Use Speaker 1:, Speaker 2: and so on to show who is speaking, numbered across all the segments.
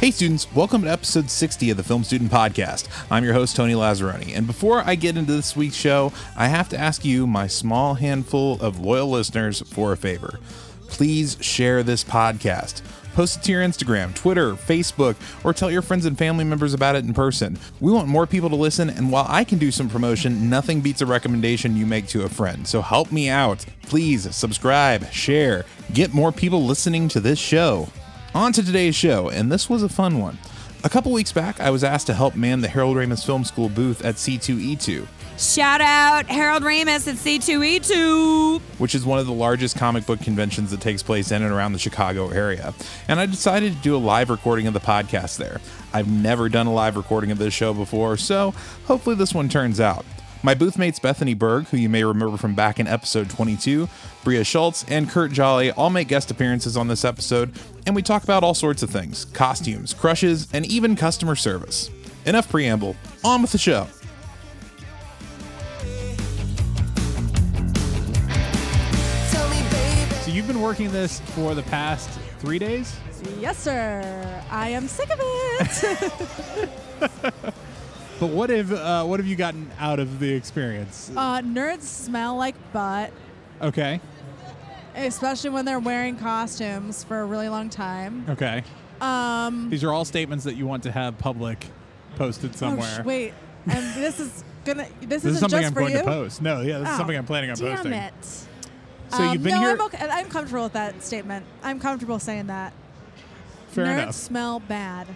Speaker 1: Hey, students, welcome to episode 60 of the Film Student Podcast. I'm your host, Tony Lazzaroni. And before I get into this week's show, I have to ask you, my small handful of loyal listeners, for a favor. Please share this podcast. Post it to your Instagram, Twitter, Facebook, or tell your friends and family members about it in person. We want more people to listen, and while I can do some promotion, nothing beats a recommendation you make to a friend. So help me out. Please subscribe, share, get more people listening to this show. On to today's show, and this was a fun one. A couple weeks back, I was asked to help man the Harold Ramis Film School booth at E C2E2,
Speaker 2: Shout out Harold Ramis at E C2E2.
Speaker 1: which is one of the largest comic book conventions that takes place in and around the Chicago area. And I decided to do a live recording of the podcast there. I've never done a live recording of this show before, so hopefully this one turns out. My booth mates Bethany Berg, who you may remember from back in episode 22, Bria Schultz, and Kurt Jolly all make guest appearances on this episode, and we talk about all sorts of things costumes, crushes, and even customer service. Enough preamble, on with the show.
Speaker 3: So you've been working this for the past three days.
Speaker 4: Yes, sir. I am sick of it.
Speaker 3: But what have uh, what have you gotten out of the experience?
Speaker 4: uh, nerds smell like butt,
Speaker 3: Okay,
Speaker 4: especially when they're wearing costumes for a really long time.
Speaker 3: okay.
Speaker 4: Um,
Speaker 3: These are all statements that you want to have public posted
Speaker 4: oh,
Speaker 3: somewhere.
Speaker 4: sh- wait, and this is gonna. This,
Speaker 3: this
Speaker 4: isn't
Speaker 3: is something
Speaker 4: just
Speaker 3: I'm
Speaker 4: for
Speaker 3: going
Speaker 4: you.
Speaker 3: to post. No, yeah, this is
Speaker 4: Oh,
Speaker 3: something I'm planning on
Speaker 4: damn
Speaker 3: posting.
Speaker 4: it.
Speaker 3: So
Speaker 4: Um,
Speaker 3: you've been
Speaker 4: no,
Speaker 3: here.
Speaker 4: I'm, okay. I'm comfortable with that statement. I'm comfortable saying that.
Speaker 3: Fair
Speaker 4: nerds
Speaker 3: enough.
Speaker 4: smell bad.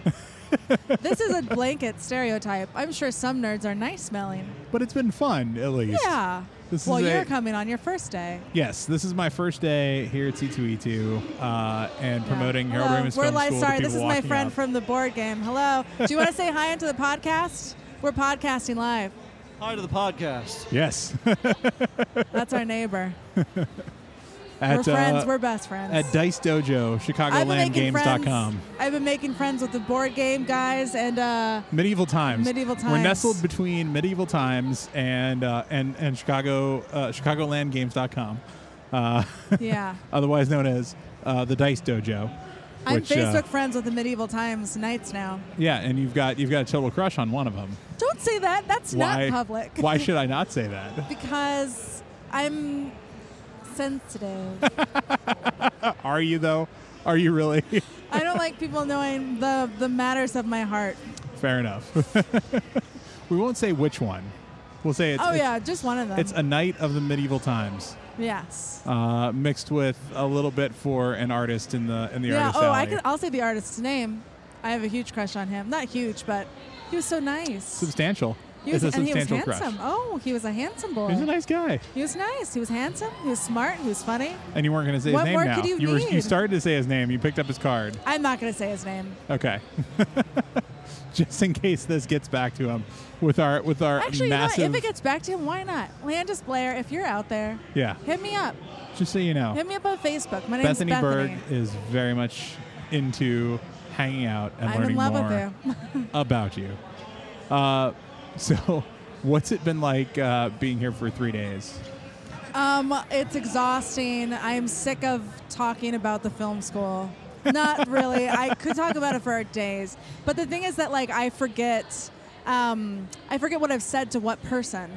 Speaker 4: this is a blanket stereotype. I'm sure some nerds are nice smelling.
Speaker 3: But it's been fun, at least.
Speaker 4: Yeah.
Speaker 3: This
Speaker 4: well,
Speaker 3: is a-
Speaker 4: you're coming on your first day.
Speaker 3: Yes, this is my first day here at C2E2 uh, and promoting Harold
Speaker 4: Hello.
Speaker 3: Ramis
Speaker 4: We're
Speaker 3: Film
Speaker 4: live.
Speaker 3: School. to
Speaker 4: Sorry,
Speaker 3: people
Speaker 4: this is my
Speaker 3: walking
Speaker 4: friend
Speaker 3: up.
Speaker 4: from the board game. Hello. Do you want to say hi into the podcast? We're podcasting live.
Speaker 5: Hi to the podcast.
Speaker 3: Yes,
Speaker 4: That's our neighbor.
Speaker 3: at,
Speaker 4: we're friends.
Speaker 3: uh,
Speaker 4: we're best friends.
Speaker 3: at Dice Dojo,
Speaker 4: I've been making friends.
Speaker 3: ChicagolandGames.com.
Speaker 4: I've been making friends with the board game guys and uh,
Speaker 3: Medieval times.
Speaker 4: Medieval
Speaker 3: We're
Speaker 4: times.
Speaker 3: nestled between medieval times and uh, and and Chicago uh, ChicagolandGames.com, uh,
Speaker 4: yeah.
Speaker 3: otherwise known as uh, the Dice Dojo.
Speaker 4: I'm
Speaker 3: which, uh,
Speaker 4: Facebook friends with the Medieval Times Knights now.
Speaker 3: yeah, and you've got you've got a total crush on one of them.
Speaker 4: Don't say that. That's
Speaker 3: why
Speaker 4: not public.
Speaker 3: why should I not say that?
Speaker 4: because I'm sensitive.
Speaker 3: Are you though? Are you really?
Speaker 4: I don't like people knowing the the matters of my heart.
Speaker 3: Fair enough. we won't say which one. We'll say it's
Speaker 4: oh
Speaker 3: it's,
Speaker 4: yeah, just one of them.
Speaker 3: it's a knight of the medieval times.
Speaker 4: yes.
Speaker 3: Uh, mixed with a little bit for an artist in the in the
Speaker 4: Yeah.
Speaker 3: artist
Speaker 4: Oh, I
Speaker 3: alley.
Speaker 4: can. I'll say the artist's name. I have a huge crush on him. Not huge, but he was so nice.
Speaker 3: substantial.
Speaker 4: He was,
Speaker 3: it's a
Speaker 4: and he was
Speaker 3: substantial
Speaker 4: handsome.
Speaker 3: crush.
Speaker 4: Oh, he was a handsome boy.
Speaker 3: He's a nice guy,
Speaker 4: he was nice. He was handsome. He was smart. He was funny.
Speaker 3: and you weren't going to say his
Speaker 4: What
Speaker 3: name
Speaker 4: more
Speaker 3: now.
Speaker 4: could you
Speaker 3: were you
Speaker 4: need?
Speaker 3: started to say his name. You picked up his card.
Speaker 4: I'm not gonna say his name.
Speaker 3: Okay, just in case this gets back to him with our with our
Speaker 4: Actually, you know,
Speaker 3: massive.
Speaker 4: what? if it gets back to him, why not? Landis Blair, if you're out there,
Speaker 3: yeah,
Speaker 4: hit me up.
Speaker 3: just so you know,
Speaker 4: Hit me up on Facebook. My name's
Speaker 3: Bethany,
Speaker 4: Bethany.
Speaker 3: Berg is very much into hanging out and
Speaker 4: I'm
Speaker 3: learning
Speaker 4: in love
Speaker 3: more
Speaker 4: with you.
Speaker 3: about you. Uh, so, what's it been like uh, being here for three days?
Speaker 4: Um, it's exhausting. I'm sick of talking about the film school. Not really. I could talk about it for days, but the thing is that like I forget, um, I forget what I've said to what person.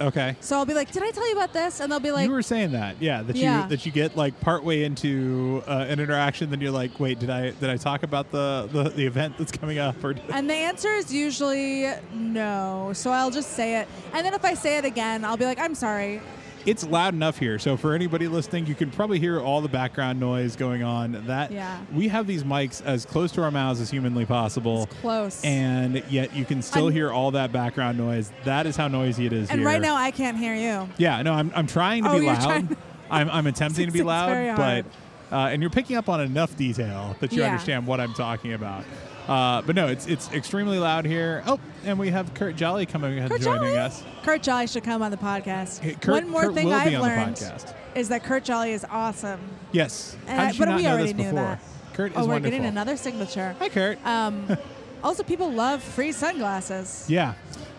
Speaker 3: Okay.
Speaker 4: So I'll be like, "Did I tell you about this?" And they'll be like,
Speaker 3: you were saying that, yeah, that
Speaker 4: Yeah.
Speaker 3: you that you get like partway into uh, an interaction, then you're like, wait, did I did I talk about the the, the event that's coming up? Or
Speaker 4: and the answer is usually no. So I'll just say it, and then if I say it again, I'll be like, "I'm sorry."
Speaker 3: it's loud enough here, so for anybody listening, you can probably hear all the background noise going on. That
Speaker 4: Yeah.
Speaker 3: we have these mics as close to our mouths as humanly possible.
Speaker 4: Close.
Speaker 3: And yet, you can still
Speaker 4: I'm-
Speaker 3: hear all that background noise. That is how noisy it is
Speaker 4: and
Speaker 3: here.
Speaker 4: right now, I can't hear you.
Speaker 3: Yeah, no, I'm, I'm trying to
Speaker 4: Oh,
Speaker 3: be
Speaker 4: you're
Speaker 3: loud.
Speaker 4: trying-
Speaker 3: I'm, I'm attempting to be
Speaker 4: It's
Speaker 3: loud,
Speaker 4: very
Speaker 3: but
Speaker 4: hard.
Speaker 3: uh, and you're picking up on enough detail that you
Speaker 4: Yeah.
Speaker 3: understand what I'm talking about. Uh, but no, it's it's extremely loud here. Oh, and we have Kurt Jolly coming and
Speaker 4: Kurt
Speaker 3: joining
Speaker 4: Jolly?
Speaker 3: us.
Speaker 4: Kurt Jolly should come on the podcast.
Speaker 3: Hey, Kurt-
Speaker 4: One more
Speaker 3: Kurt
Speaker 4: thing
Speaker 3: will be
Speaker 4: I've
Speaker 3: on the
Speaker 4: learned
Speaker 3: podcast.
Speaker 4: is that Kurt Jolly is awesome.
Speaker 3: Yes,
Speaker 4: Uh,
Speaker 3: how did you
Speaker 4: but
Speaker 3: not
Speaker 4: we
Speaker 3: know
Speaker 4: already
Speaker 3: this
Speaker 4: knew
Speaker 3: before?
Speaker 4: that.
Speaker 3: Kurt is
Speaker 4: oh, we're
Speaker 3: wonderful.
Speaker 4: getting another signature.
Speaker 3: Hi, Kurt.
Speaker 4: Um, also, people love free sunglasses.
Speaker 3: Yeah.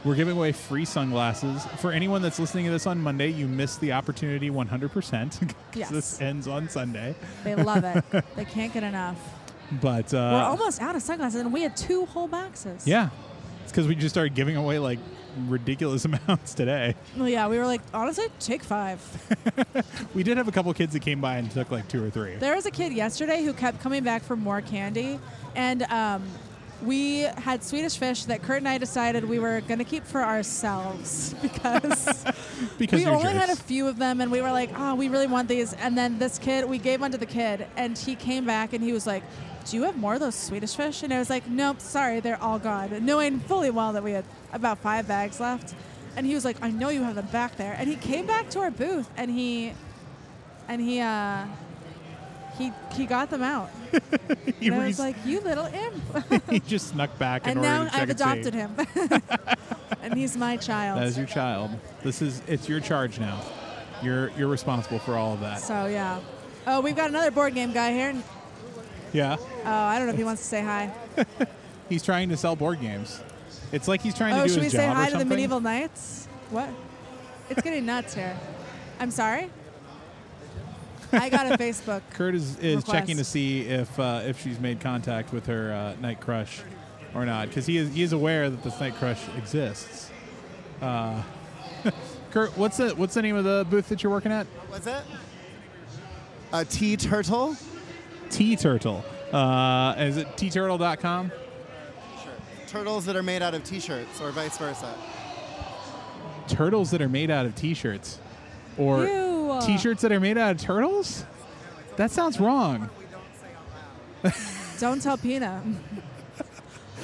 Speaker 3: We're giving away free sunglasses. For anyone that's listening to this on Monday, you missed the opportunity 100% because
Speaker 4: Yes.
Speaker 3: this ends on Sunday.
Speaker 4: They love it. they can't get enough.
Speaker 3: But
Speaker 4: We're
Speaker 3: uh,
Speaker 4: almost out of sunglasses, and we had two whole boxes.
Speaker 3: yeah, it's because we just started giving away like ridiculous amounts today.
Speaker 4: Well, yeah, we were like, honestly, take five.
Speaker 3: We did have a couple kids that came by and took like two or three.
Speaker 4: There was a kid yesterday who kept coming back for more candy, and um, we had Swedish fish that Kurt and I decided we were going to keep for ourselves because
Speaker 3: because
Speaker 4: we
Speaker 3: you're
Speaker 4: only had a
Speaker 3: jerks.
Speaker 4: few of them, and we were like, oh, we really want these. And then this kid, we gave one to the kid, and he came back and he was like, do you have more of those Swedish fish? And I was like, nope, sorry, they're all gone, knowing fully well that we had about five bags left. And he was like, I know you have them back there. And he came back to our booth, and he, and he, uh, he, he got them out.
Speaker 3: he,
Speaker 4: And I was
Speaker 3: re-
Speaker 4: like, you little imp.
Speaker 3: he just snuck back in
Speaker 4: and
Speaker 3: order
Speaker 4: now
Speaker 3: to check
Speaker 4: I've
Speaker 3: and see.
Speaker 4: adopted him. and he's my child.
Speaker 3: That is your child. This is it's your charge now. You're you're responsible for all of that.
Speaker 4: so, yeah. Oh, we've got another board game guy here.
Speaker 3: Yeah.
Speaker 4: Oh, I don't know if he wants to say hi.
Speaker 3: He's trying to sell board games. It's like he's trying
Speaker 4: Oh,
Speaker 3: to do
Speaker 4: should we
Speaker 3: his
Speaker 4: say
Speaker 3: job or
Speaker 4: hi to the
Speaker 3: something.
Speaker 4: medieval knights? What? It's getting nuts here. I'm sorry. I got a Facebook.
Speaker 3: Kurt is, is
Speaker 4: request.
Speaker 3: checking to see if uh, if she's made contact with her uh, night crush or not because he is he is aware that this night crush exists. Uh, Kurt, what's the what's the name of the booth that you're working at?
Speaker 6: What's that? A tea turtle?
Speaker 3: T Turtle. Uh, is it tturtle.com?
Speaker 6: Turtles that are made out of t-shirts or vice versa.
Speaker 3: Turtles that are made out of t-shirts or
Speaker 4: Ew.
Speaker 3: t-shirts that are made out of turtles? That sounds wrong.
Speaker 4: Don't tell Pina.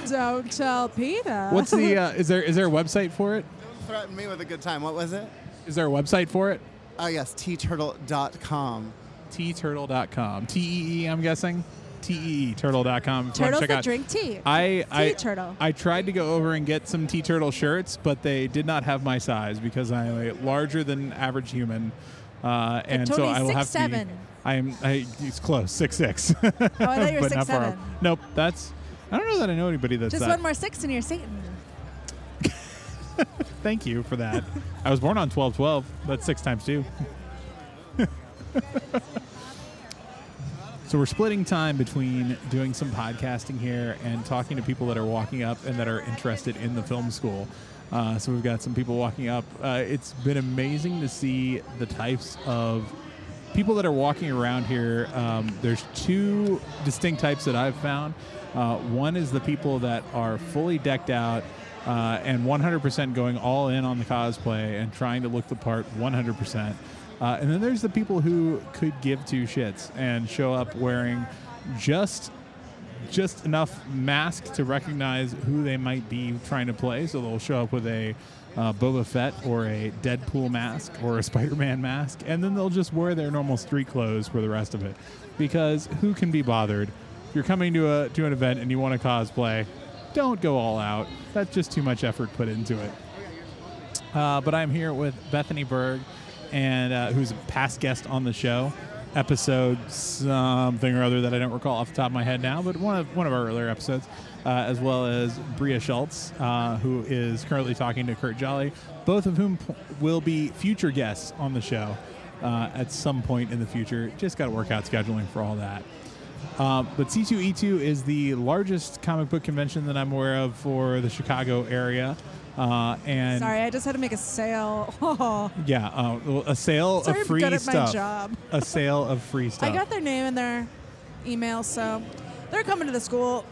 Speaker 4: Don't tell Pina.
Speaker 3: What's the uh, is there is there a website for it?
Speaker 6: Don't threaten me with a good time. What was it?
Speaker 3: Is there a website for it?
Speaker 6: Oh yes, tturtle.com.
Speaker 3: E tturtle.com. T E E, I'm guessing. T E E, turtle.com. if you wanna
Speaker 4: turtles
Speaker 3: check
Speaker 4: that
Speaker 3: out-
Speaker 4: drink tea?
Speaker 3: I, I,
Speaker 4: turtle.
Speaker 3: I tried to go over and get some T E turtle shirts, but they did not have my size because I'm a larger than average human. Uh, and so
Speaker 4: Tony's
Speaker 3: I will have to.
Speaker 4: 6'7".
Speaker 3: Be, I'm. I, it's close, six six.
Speaker 4: oh, I thought you were
Speaker 3: but
Speaker 4: six
Speaker 3: not far
Speaker 4: seven.
Speaker 3: off. Nope, that's. I don't know that I know anybody that's
Speaker 4: Just
Speaker 3: that.
Speaker 4: one more six and you're Satan.
Speaker 3: Thank you for that. I was born on twelve twelve. That's six times two. so we're splitting time between doing some podcasting here and talking to people that are walking up and that are interested in the film school. Uh, so we've got some people walking up. Uh, it's been amazing to see the types of people that are walking around here, um, there's two distinct types that I've found. Uh, one is the people that are fully decked out uh, and 100% going all in on the cosplay and trying to look the part 100%. Uh, and then there's the people who could give two shits and show up wearing just just enough mask to recognize who they might be trying to play. So they'll show up with a uh, Boba Fett or a Deadpool mask or a Spider Man mask, and then they'll just wear their normal street clothes for the rest of it. Because who can be bothered? If you're coming to a to an event and you want to cosplay, don't go all out. That's just too much effort put into it. Uh, but I'm here with Bethany Berg, and uh, who's a past guest on the show, episode something or other that I don't recall off the top of my head now, but one of one of our earlier episodes, uh, as well as Bria Schultz, uh, who is currently talking to Kurt Jolly, both of whom p- will be future guests on the show uh, at some point in the future. Just got to work out scheduling for all that. Um, but C2E2 is the largest comic book convention that I'm aware of for the Chicago area. Uh, and
Speaker 4: Sorry, I just had to make a sale. Oh,
Speaker 3: yeah, uh, well, a sale
Speaker 4: Sorry,
Speaker 3: of
Speaker 4: I'm
Speaker 3: free
Speaker 4: good at my
Speaker 3: stuff.
Speaker 4: job.
Speaker 3: A sale of free stuff.
Speaker 4: I got their name and their email, so they're coming to the school.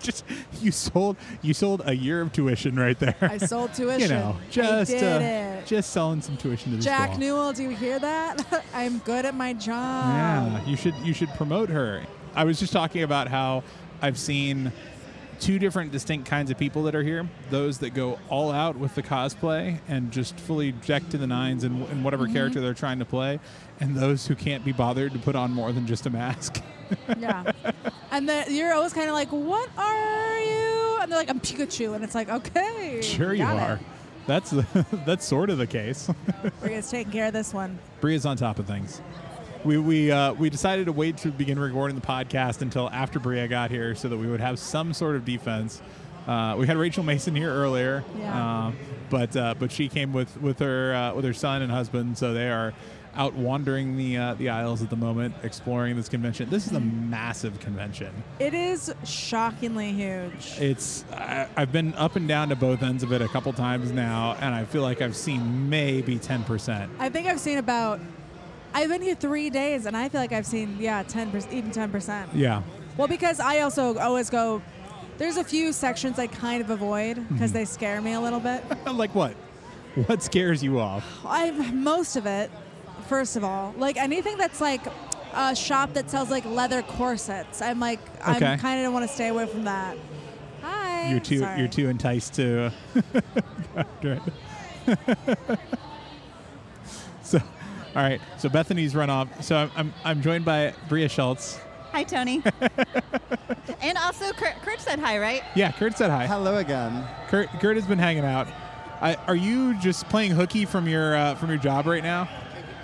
Speaker 3: just you sold you sold a year of tuition right there.
Speaker 4: I sold tuition.
Speaker 3: you know, just
Speaker 4: I did
Speaker 3: uh,
Speaker 4: it.
Speaker 3: just selling some tuition to the
Speaker 4: Jack
Speaker 3: school.
Speaker 4: Newell, do you hear that? I'm good at my job.
Speaker 3: Yeah, you should you should promote her. I was just talking about how I've seen two different distinct kinds of people that are here. Those that go all out with the cosplay and just fully decked to the nines in, in whatever
Speaker 4: Mm-hmm.
Speaker 3: character they're trying to play, and those who can't be bothered to put on more than just a mask.
Speaker 4: Yeah. and the, you're always kind of like, what are you? And they're like, I'm Pikachu. And it's like, okay.
Speaker 3: Sure, you
Speaker 4: got it.
Speaker 3: are. That's that's sort of the case.
Speaker 4: We're just taking care of this one.
Speaker 3: Bria's on top of things. We we uh, we decided to wait to begin recording the podcast until after Bria got here, so that we would have some sort of defense. Uh, we had Rachel Mason here earlier, um,
Speaker 4: Yeah.
Speaker 3: uh, but uh, but she came with with her uh, with her son and husband, so they are out wandering the uh, the aisles at the moment, exploring this convention. This is a massive convention.
Speaker 4: It is shockingly huge.
Speaker 3: It's I, I've been up and down to both ends of it a couple times now, and I feel like I've seen maybe ten percent.
Speaker 4: I think I've seen about. I've been here three days, and I feel like I've seen yeah, ten percent, even ten percent.
Speaker 3: Yeah,
Speaker 4: Well, because I also always go. There's a few sections I kind of avoid
Speaker 3: Mm-hmm.
Speaker 4: because they scare me a little bit.
Speaker 3: like what? What scares you off?
Speaker 4: I most of it. First of all, like anything that's like a shop that sells like leather corsets, I'm like
Speaker 3: Okay.
Speaker 4: I'm kind of want to stay away from that. Hi.
Speaker 3: You're too
Speaker 4: Sorry.
Speaker 3: you're too enticed to. God, right. so, all right. So Bethany's run off. So I'm I'm, I'm joined by Bria Schultz.
Speaker 7: Hi, Tony. and also, Kurt, Kurt said hi, right?
Speaker 3: Yeah, Kurt said hi.
Speaker 6: Hello again.
Speaker 3: Kurt Kurt has been hanging out. I, are you just playing hooky from your uh, from your job right now?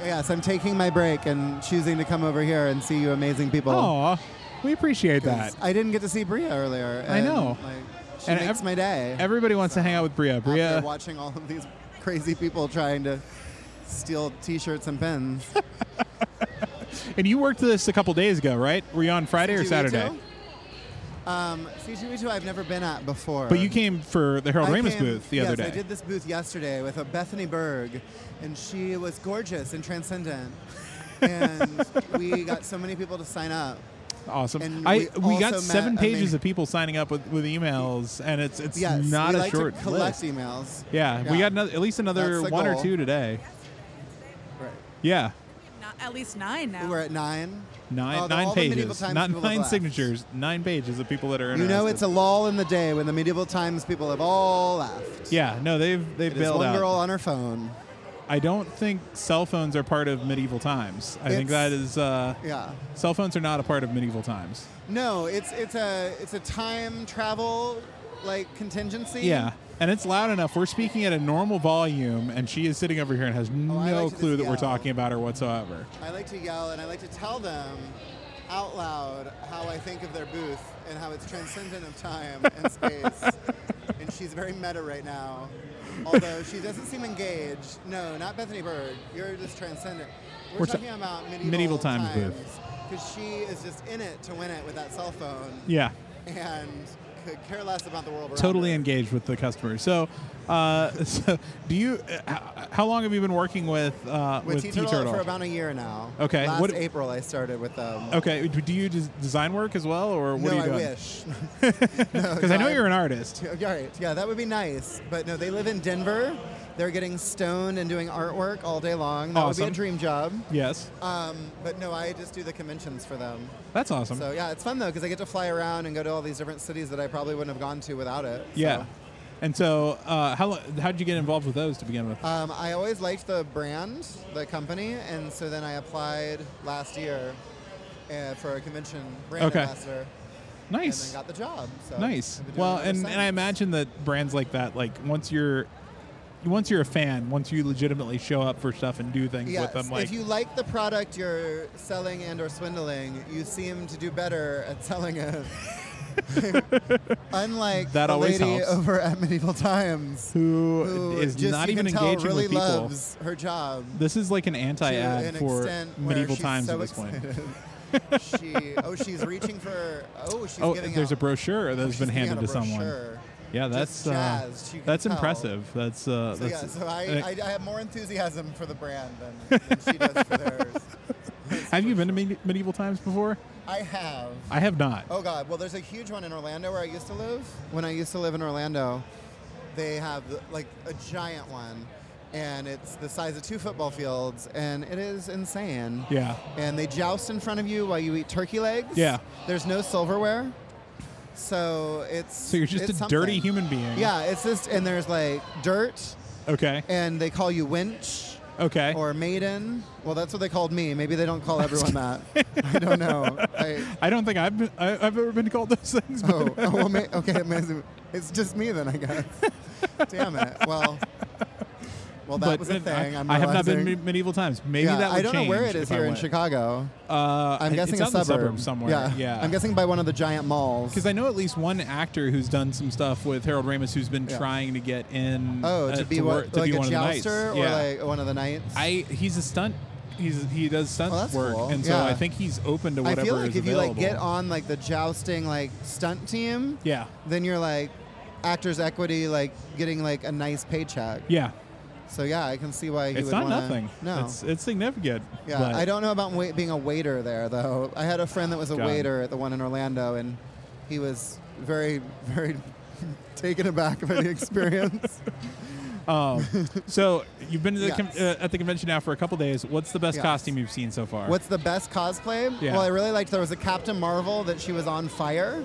Speaker 6: Yes, I'm taking my break and choosing to come over here and see you amazing people.
Speaker 3: Oh, we appreciate
Speaker 6: 'Cause
Speaker 3: that.
Speaker 6: I didn't get to see Bria earlier.
Speaker 3: I
Speaker 6: and,
Speaker 3: know.
Speaker 6: Like, she
Speaker 3: And
Speaker 6: makes
Speaker 3: ev-
Speaker 6: my day.
Speaker 3: Everybody wants to hang out with Bria.
Speaker 6: After
Speaker 3: Bria,
Speaker 6: watching all of these crazy people trying to steal T-shirts and pins.
Speaker 3: and you worked this a couple days ago, right? Were you on Friday or
Speaker 6: C2E2?
Speaker 3: Saturday?
Speaker 6: E Um, C2E2 I've never been at before.
Speaker 3: But you came for the Harold
Speaker 6: I
Speaker 3: Ramis
Speaker 6: came-
Speaker 3: booth the
Speaker 6: yes,
Speaker 3: other day.
Speaker 6: I did this booth yesterday with a Bethany Berg, and she was gorgeous and transcendent. and we got so many people to sign up.
Speaker 3: Awesome.
Speaker 6: And
Speaker 3: I
Speaker 6: we
Speaker 3: we,
Speaker 6: also
Speaker 3: got
Speaker 6: met
Speaker 3: seven
Speaker 6: a
Speaker 3: pages
Speaker 6: man-
Speaker 3: of people signing up with, with emails, and it's it's
Speaker 6: Yes,
Speaker 3: not
Speaker 6: we
Speaker 3: a
Speaker 6: like
Speaker 3: short
Speaker 6: to collect
Speaker 3: list.
Speaker 6: emails.
Speaker 3: Yeah, we
Speaker 6: Yeah.
Speaker 3: got another, at least another
Speaker 6: That's the
Speaker 3: one or
Speaker 6: goal.
Speaker 3: two today.
Speaker 6: Right.
Speaker 3: Yeah,
Speaker 4: Not, at least nine now.
Speaker 6: We were at nine.
Speaker 3: nine
Speaker 6: Although
Speaker 3: nine
Speaker 6: all the medieval
Speaker 3: pages,
Speaker 6: times
Speaker 3: not
Speaker 6: people have
Speaker 3: nine
Speaker 6: left.
Speaker 3: signatures, nine pages of people that are.
Speaker 6: You know,
Speaker 3: interested.
Speaker 6: it's a lull in the day when the medieval times people have all left.
Speaker 3: yeah. No, they've they've
Speaker 6: It is
Speaker 3: bailed
Speaker 6: one
Speaker 3: out.
Speaker 6: girl on her phone.
Speaker 3: I don't think cell phones are part of medieval times. I think
Speaker 6: It's-
Speaker 3: that is uh,
Speaker 6: Yeah.
Speaker 3: cell phones are not a part of medieval times.
Speaker 6: No, it's it's a it's a time travel like contingency.
Speaker 3: Yeah. And it's loud enough. We're speaking at a normal volume, and she is sitting over here and has
Speaker 6: Oh, I
Speaker 3: no
Speaker 6: like to
Speaker 3: clue
Speaker 6: just
Speaker 3: that we're
Speaker 6: yell.
Speaker 3: talking about her whatsoever.
Speaker 6: I like to yell and I like to tell them out loud how I think of their booth and how it's transcendent of time and space. and she's very meta right now. Although she doesn't seem engaged. No, not Bethany Bird. You're just transcendent. We're,
Speaker 3: We're ta-
Speaker 6: talking about medieval,
Speaker 3: medieval times booth.
Speaker 6: Because she is just in it to win it with that cell phone
Speaker 3: Yeah.
Speaker 6: and could care less about the world around
Speaker 3: totally
Speaker 6: her.
Speaker 3: engaged with the customer. So, uh, so do you? Uh, how, how long have you been working with uh, with
Speaker 6: with,
Speaker 3: T
Speaker 6: Tea Turtle,
Speaker 3: Turtle?
Speaker 6: for about a year now.
Speaker 3: Okay,
Speaker 6: Last
Speaker 3: what-
Speaker 6: April I started with them.
Speaker 3: okay, do do you des- design work as well, or what
Speaker 6: no,
Speaker 3: are you
Speaker 6: I
Speaker 3: doing?
Speaker 6: wish.
Speaker 3: Because I know you're an artist.
Speaker 6: Yeah, all right. Yeah, that would be nice. But no, they live in Denver. They're getting stoned and doing artwork all day long. That would
Speaker 3: Awesome.
Speaker 6: be a dream job.
Speaker 3: Yes,
Speaker 6: Um, but no, I just do the conventions for them.
Speaker 3: that's awesome.
Speaker 6: So yeah, it's fun though because I get to fly around and go to all these different cities that I probably wouldn't have gone to without it. So,
Speaker 3: yeah, and so uh, how how did you get involved with those to begin with?
Speaker 6: Um, I always liked the brand, the company, and so then I applied last year uh, for a convention brand
Speaker 3: Okay.
Speaker 6: ambassador
Speaker 3: nice.
Speaker 6: and then got Uh, the job. So
Speaker 3: Nice.
Speaker 6: I've been doing
Speaker 3: Well,
Speaker 6: it ever
Speaker 3: and, and
Speaker 6: since.
Speaker 3: I imagine that brands like that, like once you're, once you're a fan, once you legitimately show up for stuff and do things
Speaker 6: Yes.
Speaker 3: with them, like
Speaker 6: if you like the product you're selling and or swindling, you seem to do better at selling it. Unlike
Speaker 3: That
Speaker 6: the
Speaker 3: always
Speaker 6: lady
Speaker 3: helps.
Speaker 6: over at Medieval Times,
Speaker 3: who
Speaker 6: who
Speaker 3: is
Speaker 6: just,
Speaker 3: not
Speaker 6: you
Speaker 3: even
Speaker 6: can tell,
Speaker 3: engaging
Speaker 6: really
Speaker 3: with people.
Speaker 6: loves her job.
Speaker 3: This is like an
Speaker 6: to
Speaker 3: anti-ad
Speaker 6: an
Speaker 3: for
Speaker 6: extent where
Speaker 3: medieval
Speaker 6: she's
Speaker 3: times
Speaker 6: so
Speaker 3: at this point.
Speaker 6: excited. she, oh, she's reaching for. Oh, she's
Speaker 3: Oh,
Speaker 6: giving
Speaker 3: there's a
Speaker 6: out, oh,
Speaker 3: brochure that has
Speaker 6: she's
Speaker 3: been
Speaker 6: giving out
Speaker 3: handed
Speaker 6: a
Speaker 3: to someone.
Speaker 6: brochure.
Speaker 3: Yeah,
Speaker 6: Just
Speaker 3: that's uh,
Speaker 6: jazzed, you can
Speaker 3: that's
Speaker 6: tell.
Speaker 3: impressive. That's uh,
Speaker 6: So yeah,
Speaker 3: that's.
Speaker 6: so I,
Speaker 3: uh,
Speaker 6: I, I have more enthusiasm for the brand than, than she does for theirs.
Speaker 3: have you been to medi- medieval times before?
Speaker 6: I have.
Speaker 3: I have not.
Speaker 6: Oh God! Well, there's a huge one in Orlando where I used to live. When I used to live in Orlando, they have like a giant one, and it's the size of two football fields, and it is insane.
Speaker 3: Yeah.
Speaker 6: And they joust in front of you while you eat turkey legs.
Speaker 3: Yeah.
Speaker 6: There's no silverware, so it's
Speaker 3: So you're just
Speaker 6: it's
Speaker 3: a dirty
Speaker 6: something.
Speaker 3: human being.
Speaker 6: Yeah, it's just and there's like dirt,
Speaker 3: Okay.
Speaker 6: and they call you winch.
Speaker 3: Okay.
Speaker 6: Or maiden. Well, that's what they called me. Maybe they don't call everyone that. I don't know. I,
Speaker 3: I don't think I've been, I, I've ever been called those things. But
Speaker 6: Oh, oh, well, ma- okay. amazing. It's just me then, I guess. Damn it. Well, well, that
Speaker 3: but
Speaker 6: was a
Speaker 3: I-
Speaker 6: thing. I'm
Speaker 3: I, have not been
Speaker 6: realizing.
Speaker 3: me- medieval times. Maybe
Speaker 6: yeah,
Speaker 3: that would
Speaker 6: I don't know where
Speaker 3: change
Speaker 6: it is
Speaker 3: if I
Speaker 6: here in
Speaker 3: went.
Speaker 6: Chicago.
Speaker 3: Uh,
Speaker 6: I'm
Speaker 3: it- it's
Speaker 6: guessing a
Speaker 3: out in the
Speaker 6: suburb.
Speaker 3: suburbs somewhere.
Speaker 6: Yeah.
Speaker 3: yeah.
Speaker 6: I'm guessing by one of the giant malls.
Speaker 3: Because I know at least one actor who's done some stuff with Harold Ramis who's been
Speaker 6: Yeah.
Speaker 3: trying to get in.
Speaker 6: oh,
Speaker 3: uh,
Speaker 6: to be
Speaker 3: to
Speaker 6: what,
Speaker 3: work, to
Speaker 6: like
Speaker 3: be
Speaker 6: a
Speaker 3: one of the knights.
Speaker 6: jouster or
Speaker 3: yeah.
Speaker 6: like one of the knights.
Speaker 3: I he's a stunt he's he does stunt
Speaker 6: Oh, that's
Speaker 3: work,
Speaker 6: cool.
Speaker 3: and so
Speaker 6: Yeah.
Speaker 3: I think he's open to
Speaker 6: I
Speaker 3: whatever
Speaker 6: feel like
Speaker 3: is
Speaker 6: if you
Speaker 3: available.
Speaker 6: like get on like the jousting like stunt team,
Speaker 3: yeah,
Speaker 6: then you're like actors equity like getting like a nice paycheck.
Speaker 3: yeah,
Speaker 6: So yeah, I can see why he
Speaker 3: it's
Speaker 6: would
Speaker 3: not
Speaker 6: wanna,
Speaker 3: nothing.
Speaker 6: No.
Speaker 3: it's it's significant.
Speaker 6: yeah,
Speaker 3: but-
Speaker 6: I don't know about wait, being a waiter there though. I had a friend that was a
Speaker 3: God.
Speaker 6: waiter at the one in Orlando, and he was very, very taken aback by the experience.
Speaker 3: Um, so you've been to the con-
Speaker 6: Yes.
Speaker 3: uh, at the convention now for a couple days. What's the best
Speaker 6: Yes.
Speaker 3: costume you've seen so far?
Speaker 6: What's the best cosplay?
Speaker 3: Yeah.
Speaker 6: Well, I really liked there was a Captain Marvel that she was on fire.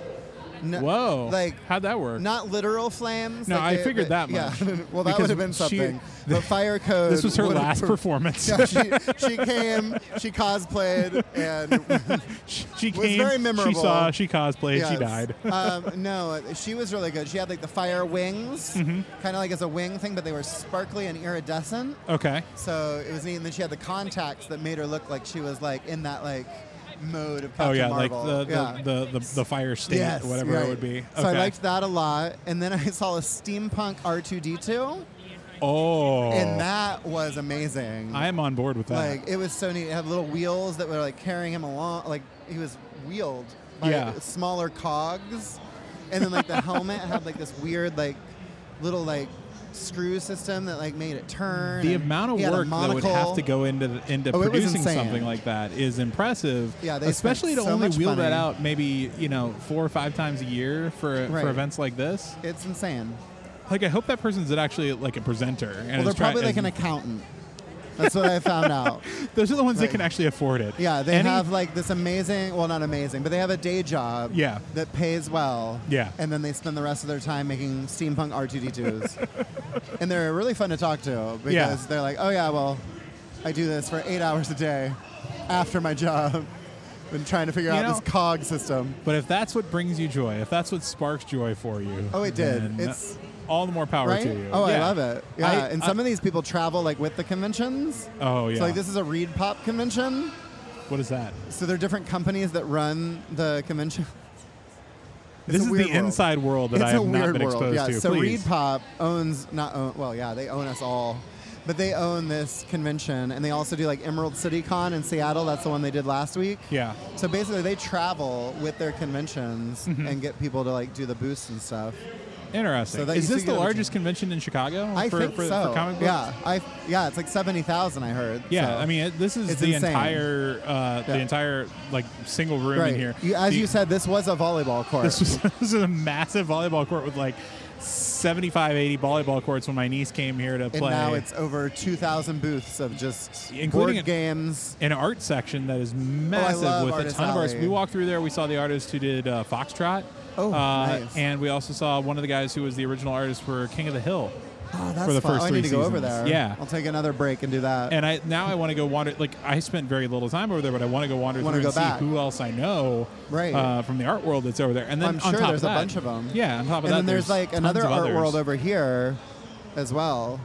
Speaker 6: No,
Speaker 3: whoa?
Speaker 6: Like
Speaker 3: how'd that work?
Speaker 6: not literal flames.
Speaker 3: No,
Speaker 6: like
Speaker 3: I figured that
Speaker 6: Yeah.
Speaker 3: much,
Speaker 6: well, that
Speaker 3: because
Speaker 6: would have been
Speaker 3: she-
Speaker 6: something. the fire code.
Speaker 3: this was her
Speaker 6: would have
Speaker 3: last
Speaker 6: per-
Speaker 3: performance.
Speaker 6: Yeah, she, she came, she cosplayed, and
Speaker 3: she, she
Speaker 6: was
Speaker 3: came.
Speaker 6: very
Speaker 3: She
Speaker 6: memorable.
Speaker 3: saw. She cosplayed.
Speaker 6: yes.
Speaker 3: She died.
Speaker 6: um, no, she was really good. She had like the fire wings,
Speaker 3: Mm-hmm.
Speaker 6: kind of like as a wing thing, but they were sparkly and iridescent.
Speaker 3: Okay.
Speaker 6: So it was neat. And then she had the contacts that made her look like she was like in that like mode of Captain
Speaker 3: oh yeah,
Speaker 6: Marvel.
Speaker 3: like the,
Speaker 6: yeah.
Speaker 3: the, the, the the fire state,
Speaker 6: Yes,
Speaker 3: whatever
Speaker 6: right.
Speaker 3: it would be.
Speaker 6: So I
Speaker 3: Okay.
Speaker 6: liked that a lot. And then I saw a steampunk R2D2,
Speaker 3: Oh,
Speaker 6: and that was amazing.
Speaker 3: I am on board with that.
Speaker 6: like it was so neat. It had little wheels that were like carrying him along. Like he was wheeled by
Speaker 3: Yeah.
Speaker 6: smaller cogs, and then like the helmet had like this weird like little like screw system that like made it turn.
Speaker 3: the
Speaker 6: and
Speaker 3: amount of
Speaker 6: he had a
Speaker 3: work that would have
Speaker 6: monocle.
Speaker 3: to go into the, into
Speaker 6: Oh, it was
Speaker 3: producing
Speaker 6: insane.
Speaker 3: something like that is impressive.
Speaker 6: Yeah, they
Speaker 3: especially to
Speaker 6: spent so
Speaker 3: only
Speaker 6: much
Speaker 3: wheel that
Speaker 6: money.
Speaker 3: out maybe you know four or five times a year for
Speaker 6: Right.
Speaker 3: for events like this.
Speaker 6: It's insane.
Speaker 3: Like I hope that person's actually like a presenter. And
Speaker 6: Well,
Speaker 3: is
Speaker 6: they're
Speaker 3: try-
Speaker 6: probably like an
Speaker 3: and-
Speaker 6: accountant. That's what I found out.
Speaker 3: Those are the ones
Speaker 6: Right.
Speaker 3: that can actually afford it.
Speaker 6: Yeah, they
Speaker 3: Any-
Speaker 6: have like this amazing, well, not amazing, but they have a day job
Speaker 3: Yeah.
Speaker 6: that pays well.
Speaker 3: Yeah.
Speaker 6: And then they spend the rest of their time making steampunk R2D2s. and they're really fun to talk to because
Speaker 3: Yeah.
Speaker 6: they're like, oh, yeah, well, I do this for eight hours a day after my job and trying to figure
Speaker 3: You
Speaker 6: out
Speaker 3: know-
Speaker 6: this cog system.
Speaker 3: But if that's what brings you joy, if that's what sparks joy for you,
Speaker 6: Oh, it did.
Speaker 3: then
Speaker 6: It's-
Speaker 3: all the more power
Speaker 6: Right?
Speaker 3: to you.
Speaker 6: Oh, I
Speaker 3: Yeah.
Speaker 6: love it. Yeah.
Speaker 3: I-
Speaker 6: and some of these people travel like with the conventions.
Speaker 3: Oh yeah.
Speaker 6: So, like, this is a Reed Pop convention.
Speaker 3: what is that?
Speaker 6: So, there are different companies that run the convention.
Speaker 3: This
Speaker 6: a
Speaker 3: is the
Speaker 6: weird world.
Speaker 3: inside world that
Speaker 6: it's
Speaker 3: I
Speaker 6: a
Speaker 3: have
Speaker 6: weird
Speaker 3: not been
Speaker 6: world.
Speaker 3: exposed
Speaker 6: yeah.
Speaker 3: to.
Speaker 6: So
Speaker 3: Please.
Speaker 6: Reed Pop owns not own, well, yeah, they own us all, but they own this convention, and they also do like Emerald City Con in Seattle. That's the one they did last week.
Speaker 3: Yeah.
Speaker 6: So basically, they travel with their conventions
Speaker 3: Mm-hmm.
Speaker 6: and get people to like do the booths and stuff.
Speaker 3: Interesting.
Speaker 6: So that
Speaker 3: is
Speaker 6: you see
Speaker 3: this the
Speaker 6: the-
Speaker 3: largest convention in Chicago?
Speaker 6: I
Speaker 3: for,
Speaker 6: think
Speaker 3: for,
Speaker 6: so.
Speaker 3: for comic books?
Speaker 6: yeah, I yeah, it's like seventy thousand. I heard.
Speaker 3: Yeah,
Speaker 6: So-
Speaker 3: I mean it, this is
Speaker 6: It's
Speaker 3: the
Speaker 6: insane.
Speaker 3: entire uh, the
Speaker 6: Yeah.
Speaker 3: entire like single room
Speaker 6: right.
Speaker 3: in here.
Speaker 6: You, as
Speaker 3: The-
Speaker 6: you said, this was a volleyball court.
Speaker 3: this was this is a massive volleyball court with like 75, 80 volleyball courts when my niece came here to
Speaker 6: and
Speaker 3: play.
Speaker 6: now it's over two thousand booths of just
Speaker 3: Including a-
Speaker 6: board games.
Speaker 3: an art section that is massive
Speaker 6: Oh, love
Speaker 3: with a
Speaker 6: Artist
Speaker 3: ton of artists.
Speaker 6: Alley.
Speaker 3: We walked through there. We saw the artist who did uh, Foxtrot.
Speaker 6: Oh,
Speaker 3: uh,
Speaker 6: nice.
Speaker 3: And we also saw one of the guys who was the original artist for King of the Hill.
Speaker 6: Oh, that's
Speaker 3: for the
Speaker 6: fun.
Speaker 3: first
Speaker 6: Oh, I
Speaker 3: three
Speaker 6: need to go over
Speaker 3: seasons.
Speaker 6: there.
Speaker 3: Yeah.
Speaker 6: I'll take another break and do that.
Speaker 3: And I now I want to go wander. Like I spent very little time over there, but I want to go wander
Speaker 6: Wanna
Speaker 3: through and
Speaker 6: go back.
Speaker 3: see who else I know
Speaker 6: Right.
Speaker 3: uh, from the art world that's over there. And then
Speaker 6: I'm
Speaker 3: on
Speaker 6: sure
Speaker 3: top
Speaker 6: there's
Speaker 3: of
Speaker 6: a
Speaker 3: that-
Speaker 6: bunch of 'em.
Speaker 3: Yeah, on top of
Speaker 6: and
Speaker 3: that,
Speaker 6: then there's,
Speaker 3: there's
Speaker 6: like
Speaker 3: tons
Speaker 6: another
Speaker 3: of
Speaker 6: art
Speaker 3: others.
Speaker 6: world over here as well.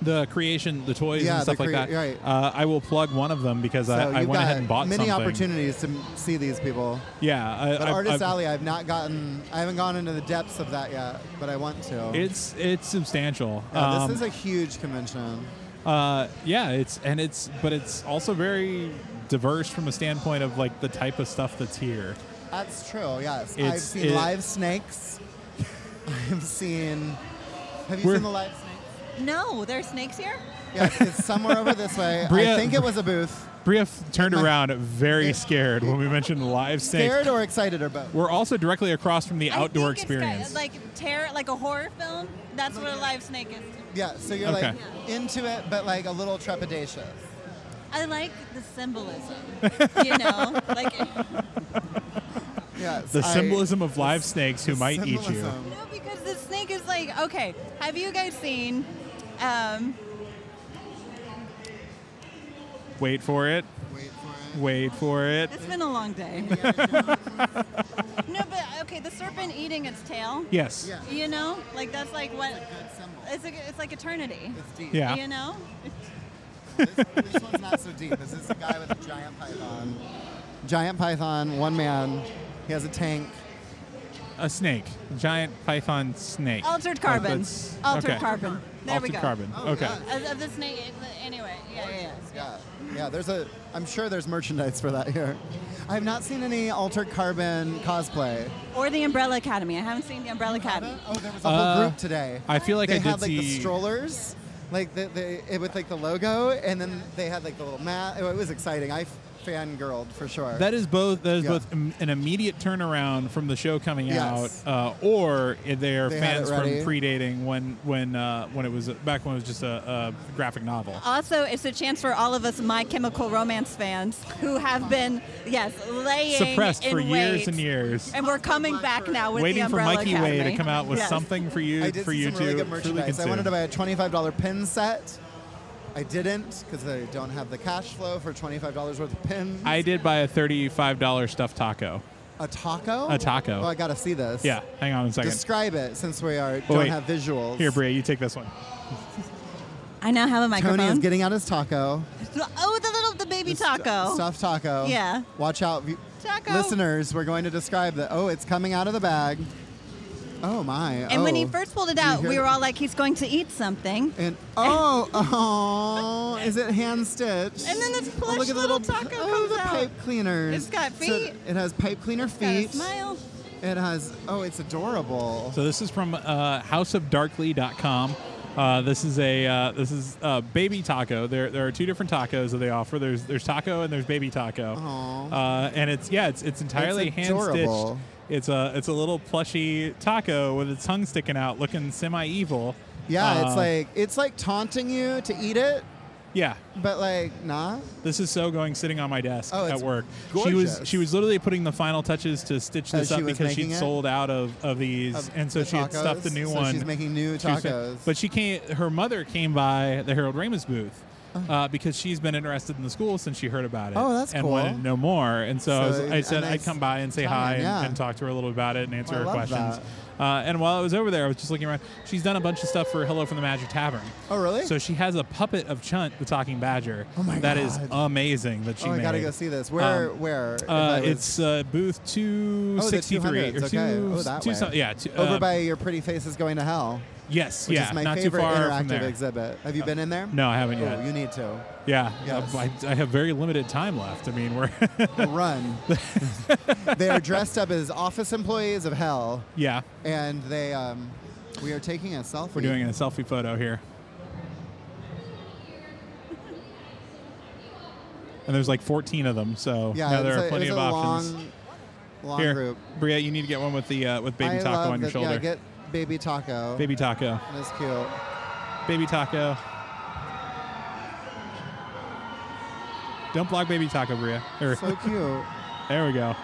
Speaker 3: the creation, the toys
Speaker 6: Yeah,
Speaker 3: and
Speaker 6: the
Speaker 3: stuff like
Speaker 6: crea-
Speaker 3: that.
Speaker 6: right.
Speaker 3: Uh, I will plug one of them because
Speaker 6: so
Speaker 3: I, I
Speaker 6: you've
Speaker 3: went
Speaker 6: got
Speaker 3: ahead and bought
Speaker 6: many
Speaker 3: something.
Speaker 6: opportunities to m- see these people.
Speaker 3: Yeah, I,
Speaker 6: But
Speaker 3: I,
Speaker 6: Artist
Speaker 3: I've-
Speaker 6: Alley, I've not gotten, I haven't gone into the depths of that yet, but I want to.
Speaker 3: It's it's substantial.
Speaker 6: Yeah,
Speaker 3: Um,
Speaker 6: Oh, this is a huge convention.
Speaker 3: Uh, yeah, it's and it's but it's also very diverse from a standpoint of like the type of stuff that's here.
Speaker 6: That's true. Yes, I've
Speaker 3: It's-
Speaker 6: seen
Speaker 3: it-
Speaker 6: live snakes. I've seen. Have you
Speaker 3: We're-
Speaker 6: seen the live snakes?
Speaker 7: No, there are snakes here?
Speaker 6: Yes, it's somewhere over this way.
Speaker 3: Bria-
Speaker 6: I think it was a booth.
Speaker 3: Bria f- turned
Speaker 6: My-
Speaker 3: around very scared when we mentioned live snakes.
Speaker 6: Scared or excited or both?
Speaker 3: We're also directly across from the
Speaker 7: I
Speaker 3: outdoor
Speaker 7: think it's got-
Speaker 3: experience.
Speaker 7: like terror, like a horror film. That's what a live snake is.
Speaker 6: Yeah, so you're
Speaker 3: Okay.
Speaker 6: like into it, but like a little trepidatious.
Speaker 7: I like the symbolism. you know, like no,
Speaker 6: Yes.
Speaker 3: the
Speaker 6: I-
Speaker 3: symbolism of live snakes who might eat you.
Speaker 6: symbolism.
Speaker 7: because the snake is like okay. Have you guys seen? Um,
Speaker 3: Wait for it.
Speaker 6: Wait for it.
Speaker 3: Wait for it.
Speaker 7: it's been a long day. no, but okay, the serpent eating its tail.
Speaker 3: Yes.
Speaker 6: Yeah.
Speaker 7: You know, like that's like what
Speaker 6: Good symbol.
Speaker 7: it's like, it's like eternity.
Speaker 6: It's deep.
Speaker 3: Yeah.
Speaker 7: You know,
Speaker 6: This, this one's not so deep. This is a guy with a giant python. Giant python, one man. He has a tank.
Speaker 3: A snake. A giant python snake.
Speaker 7: altered
Speaker 3: Like,
Speaker 7: carbon.
Speaker 3: Uh, that's-
Speaker 7: altered
Speaker 3: okay.
Speaker 7: carbon. There we
Speaker 3: Altered
Speaker 7: go. Oh,
Speaker 3: Carbon. okay.
Speaker 6: yeah.
Speaker 7: Of, of the snake. Anyway, yeah, yeah, yeah.
Speaker 6: Yeah, yeah. There's a. I'm sure there's merchandise for that here. I've not seen any altered carbon cosplay.
Speaker 7: Or the Umbrella Academy. I haven't seen the Umbrella Academy.
Speaker 6: Oh, there was a whole
Speaker 3: Uh,
Speaker 6: group today.
Speaker 3: I feel like
Speaker 6: they
Speaker 3: I did
Speaker 6: had like
Speaker 3: see-
Speaker 6: the strollers, like the, the it with like the logo, and then they had like the little mat. Oh, it was exciting. I fangirled for sure.
Speaker 3: That is both. That is
Speaker 6: Yeah.
Speaker 3: both im- an immediate turnaround from the show coming
Speaker 6: Yes.
Speaker 3: out, uh, or they are
Speaker 6: They had
Speaker 3: fans
Speaker 6: it
Speaker 3: from
Speaker 6: ready.
Speaker 3: predating when when uh, when it was back when it was just a, a graphic novel.
Speaker 7: Also, it's a chance for all of us My Chemical Romance fans who have been, yes, laying
Speaker 3: Suppressed
Speaker 7: in
Speaker 3: for
Speaker 7: wait.
Speaker 3: years and years,
Speaker 7: And we're coming back now with
Speaker 3: waiting
Speaker 7: the
Speaker 3: for
Speaker 7: Umbrella
Speaker 3: Mikey
Speaker 7: Academy.
Speaker 3: Way to come out with
Speaker 7: Yes.
Speaker 3: something for you
Speaker 6: I did
Speaker 3: for
Speaker 6: see
Speaker 3: you
Speaker 6: some really
Speaker 3: to truly
Speaker 6: good merchandise. I
Speaker 3: consume.
Speaker 6: wanted to buy a $25 pin set. I didn't because I don't have the cash flow for $25 worth of pins.
Speaker 3: I did buy a thirty-five dollar stuffed taco.
Speaker 6: a taco.
Speaker 3: A taco.
Speaker 6: Oh, I gotta see this.
Speaker 3: Yeah, hang on a second.
Speaker 6: Describe it since we are
Speaker 3: Oh,
Speaker 6: don't
Speaker 3: wait.
Speaker 6: have visuals.
Speaker 3: Here, Bria, you take this one.
Speaker 7: I now have a
Speaker 6: Tony is
Speaker 7: microphone.
Speaker 6: getting out his taco.
Speaker 7: oh, the little the baby
Speaker 6: The stu-
Speaker 7: taco.
Speaker 6: stuffed taco.
Speaker 7: Yeah.
Speaker 6: Watch out, vi-
Speaker 7: Taco.
Speaker 6: listeners. We're going to describe that. Oh, it's coming out of the bag. Oh my.
Speaker 7: And when he
Speaker 6: oh.
Speaker 7: first pulled it
Speaker 6: You
Speaker 7: out,
Speaker 6: hear
Speaker 7: we were
Speaker 6: that?
Speaker 7: all like, he's going to eat something.
Speaker 6: And oh, oh, is it hand stitched?
Speaker 7: And then this
Speaker 6: oh,
Speaker 7: plush
Speaker 6: look at the
Speaker 7: little
Speaker 6: little
Speaker 7: taco
Speaker 6: oh,
Speaker 7: comes
Speaker 6: the
Speaker 7: out.
Speaker 6: pipe cleaners.
Speaker 7: It's got
Speaker 6: So
Speaker 7: feet.
Speaker 6: it has pipe cleaner
Speaker 7: Got a
Speaker 6: feet.
Speaker 7: smile.
Speaker 6: It has. Oh, it's adorable.
Speaker 3: So this is from uh, houseofdarkly.com. Uh, this is a uh, this is uh, baby taco. There there are two different tacos that they offer. There's there's taco and there's baby taco. Uh, and it's yeah it's it's entirely
Speaker 6: That's
Speaker 3: hand stitched.
Speaker 6: adorable.
Speaker 3: It's a it's a little plushy taco with its tongue sticking out, looking semi evil.
Speaker 6: yeah,
Speaker 3: Uh,
Speaker 6: it's like it's like taunting you to eat it,
Speaker 3: yeah.
Speaker 6: but like not.
Speaker 3: This is so going sitting on my desk
Speaker 6: Oh,
Speaker 3: at
Speaker 6: it's
Speaker 3: work. She was
Speaker 6: gorgeous.
Speaker 3: she was literally putting the final touches to stitch this
Speaker 6: As she
Speaker 3: up
Speaker 6: was
Speaker 3: because she'd
Speaker 6: making it?
Speaker 3: sold out of, of these,
Speaker 6: Of
Speaker 3: and so
Speaker 6: the
Speaker 3: she had stuffed the
Speaker 6: tacos?
Speaker 3: new
Speaker 6: So
Speaker 3: one.
Speaker 6: she's making new
Speaker 3: She was-
Speaker 6: tacos.
Speaker 3: but she came. Her mother came by the Harold Ramis booth. Uh, because she's been interested in the school since she heard about it.
Speaker 6: Oh, that's
Speaker 3: and
Speaker 6: cool.
Speaker 3: wanted to know more. And so, I, was-
Speaker 6: So,
Speaker 3: I
Speaker 6: a
Speaker 3: said I'd
Speaker 6: nice
Speaker 3: come by and say hi
Speaker 6: time,
Speaker 3: and,
Speaker 6: yeah.
Speaker 3: and talk to her a little about it and answer
Speaker 6: I
Speaker 3: her
Speaker 6: love
Speaker 3: questions. Uh, and while I was over there, I was just looking around. She's done a bunch of stuff for Hello from the Magic Tavern.
Speaker 6: Oh, really?
Speaker 3: So she has a puppet of Chunt, the talking badger.
Speaker 6: Oh my
Speaker 3: That is
Speaker 6: God.
Speaker 3: amazing that she
Speaker 6: oh, I
Speaker 3: made.
Speaker 6: gotta go see this. Where?
Speaker 3: Um,
Speaker 6: where? if
Speaker 3: Uh,
Speaker 6: I was-
Speaker 3: it's uh, booth two
Speaker 6: Oh, the
Speaker 3: sixty three
Speaker 6: 200s,
Speaker 3: or
Speaker 6: okay.
Speaker 3: two,
Speaker 6: Oh, that
Speaker 3: two
Speaker 6: way.
Speaker 3: some- yeah, two,
Speaker 6: over
Speaker 3: uh,
Speaker 6: by your pretty faces going to hell,
Speaker 3: yes,
Speaker 6: which
Speaker 3: yeah,
Speaker 6: is my
Speaker 3: not too
Speaker 6: favorite
Speaker 3: far from
Speaker 6: interactive
Speaker 3: there.
Speaker 6: exhibit. Have you been in there?
Speaker 3: No, I haven't
Speaker 6: Oh,
Speaker 3: yet.
Speaker 6: you need to.
Speaker 3: yeah,
Speaker 6: Yes.
Speaker 3: I, I have very limited time left. I mean, we're
Speaker 6: Run. they are dressed up as office employees of hell,
Speaker 3: yeah,
Speaker 6: and they um, we are taking a selfie.
Speaker 3: we're doing a selfie photo here. And there's like 14 of them, so
Speaker 6: Yeah,
Speaker 3: now there
Speaker 6: it's
Speaker 3: are
Speaker 6: a-
Speaker 3: plenty
Speaker 6: it
Speaker 3: of
Speaker 6: was a
Speaker 3: options.
Speaker 6: Long, long
Speaker 3: Here,
Speaker 6: group.
Speaker 3: Bria, you need to get one with the uh, with baby
Speaker 6: I
Speaker 3: taco
Speaker 6: love
Speaker 3: on your
Speaker 6: that- Yeah,
Speaker 3: shoulder.
Speaker 6: get baby taco.
Speaker 3: baby taco,
Speaker 6: That's cute.
Speaker 3: baby taco. Don't block baby taco, Bria. Or-
Speaker 6: So cute.
Speaker 3: There we go.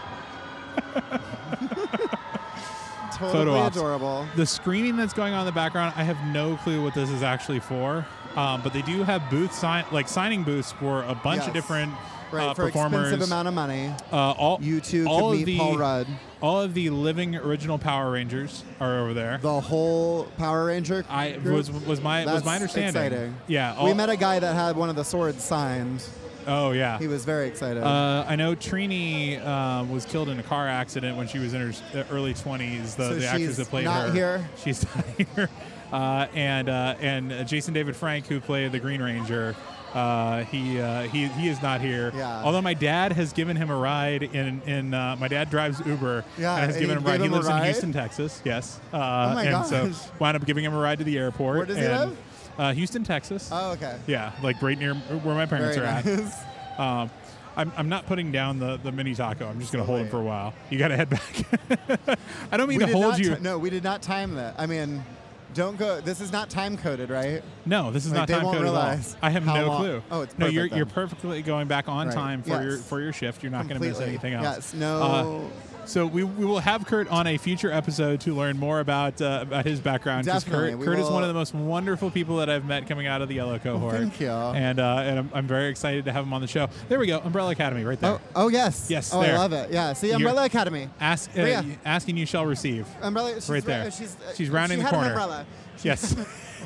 Speaker 6: Totally
Speaker 3: Photo ops.
Speaker 6: adorable.
Speaker 3: The screaming that's going on in the background, I have no clue what this is actually for. Um, but they do have booth sign like signing booths for a bunch of
Speaker 6: Yes.
Speaker 3: different
Speaker 6: Right
Speaker 3: uh,
Speaker 6: for
Speaker 3: performers.
Speaker 6: expensive amount of money.
Speaker 3: uh, all
Speaker 6: You too
Speaker 3: all
Speaker 6: could
Speaker 3: of
Speaker 6: meet
Speaker 3: the,
Speaker 6: Paul Rudd.
Speaker 3: All of the living original Power Rangers are over there.
Speaker 6: The whole Power Ranger.
Speaker 3: I
Speaker 6: group?
Speaker 3: was was my was
Speaker 6: That's
Speaker 3: my understanding.
Speaker 6: Exciting.
Speaker 3: Yeah.
Speaker 6: we
Speaker 3: all-
Speaker 6: met a guy that had one of the swords signed.
Speaker 3: Oh yeah.
Speaker 6: He was very excited.
Speaker 3: Uh, I know Trini uh, was killed in a car accident when she was in her s- uh, early 20s. The,
Speaker 6: So
Speaker 3: the actress
Speaker 6: she's
Speaker 3: that played
Speaker 6: not
Speaker 3: her.
Speaker 6: here?
Speaker 3: She's not here. Uh, and uh, and uh, Jason David Frank, who played the Green Ranger, uh, he, uh, he he is not here.
Speaker 6: Yeah.
Speaker 3: Although my dad has given him a ride in in uh, my dad drives Uber.
Speaker 6: Yeah,
Speaker 3: And has
Speaker 6: and
Speaker 3: given
Speaker 6: you
Speaker 3: him a ride.
Speaker 6: gave
Speaker 3: He
Speaker 6: him a
Speaker 3: lives in
Speaker 6: ride?
Speaker 3: Houston, Texas. Yes. Uh,
Speaker 6: Oh my
Speaker 3: and
Speaker 6: gosh.
Speaker 3: so wound up giving him a ride to the airport.
Speaker 6: Where does he
Speaker 3: and,
Speaker 6: live?
Speaker 3: Uh, Houston, Texas.
Speaker 6: oh, okay.
Speaker 3: Yeah, like right near where my parents
Speaker 6: Very
Speaker 3: are at.
Speaker 6: nice.
Speaker 3: Um, I'm, I'm not putting down the, the mini taco. I'm just going to hold him for a while. You got to head back. I don't mean
Speaker 6: We
Speaker 3: to
Speaker 6: did
Speaker 3: hold
Speaker 6: not
Speaker 3: you.
Speaker 6: ti- no, we did not time that. I mean, don't go. This is not time coded, right?
Speaker 3: no, this is
Speaker 6: Like,
Speaker 3: not
Speaker 6: they
Speaker 3: time
Speaker 6: won't
Speaker 3: code at all.
Speaker 6: realize
Speaker 3: I have
Speaker 6: how
Speaker 3: no
Speaker 6: long-
Speaker 3: clue.
Speaker 6: Oh, it's
Speaker 3: no. You're
Speaker 6: perfect then.
Speaker 3: you're perfectly going back on
Speaker 6: Right.
Speaker 3: time for your
Speaker 6: Yes.
Speaker 3: for your shift. You're not going to miss
Speaker 6: Completely.
Speaker 3: anything else.
Speaker 6: Yes. No.
Speaker 3: Uh, so we, we will have Kurt on a future episode to learn more about uh, about his background. 'cause
Speaker 6: Definitely.
Speaker 3: Kurt,
Speaker 6: We
Speaker 3: Kurt is one
Speaker 6: will-
Speaker 3: of the most wonderful people that I've met coming out of the yellow cohort.
Speaker 6: thank you.
Speaker 3: And uh, and I'm, I'm very excited to have him on the show. There we go. Umbrella Academy right there.
Speaker 6: Oh, oh yes.
Speaker 3: Yes,
Speaker 6: Oh,
Speaker 3: there.
Speaker 6: I love it. Yeah. See,
Speaker 3: You're-
Speaker 6: Umbrella Academy.
Speaker 3: Ask uh,
Speaker 6: Bria.
Speaker 3: y- asking you shall receive.
Speaker 6: Umbrella. She's
Speaker 3: Right
Speaker 6: ra-
Speaker 3: there.
Speaker 6: she's, uh,
Speaker 3: She's rounding
Speaker 6: she
Speaker 3: the
Speaker 6: had
Speaker 3: corner.
Speaker 6: An umbrella.
Speaker 3: Yes.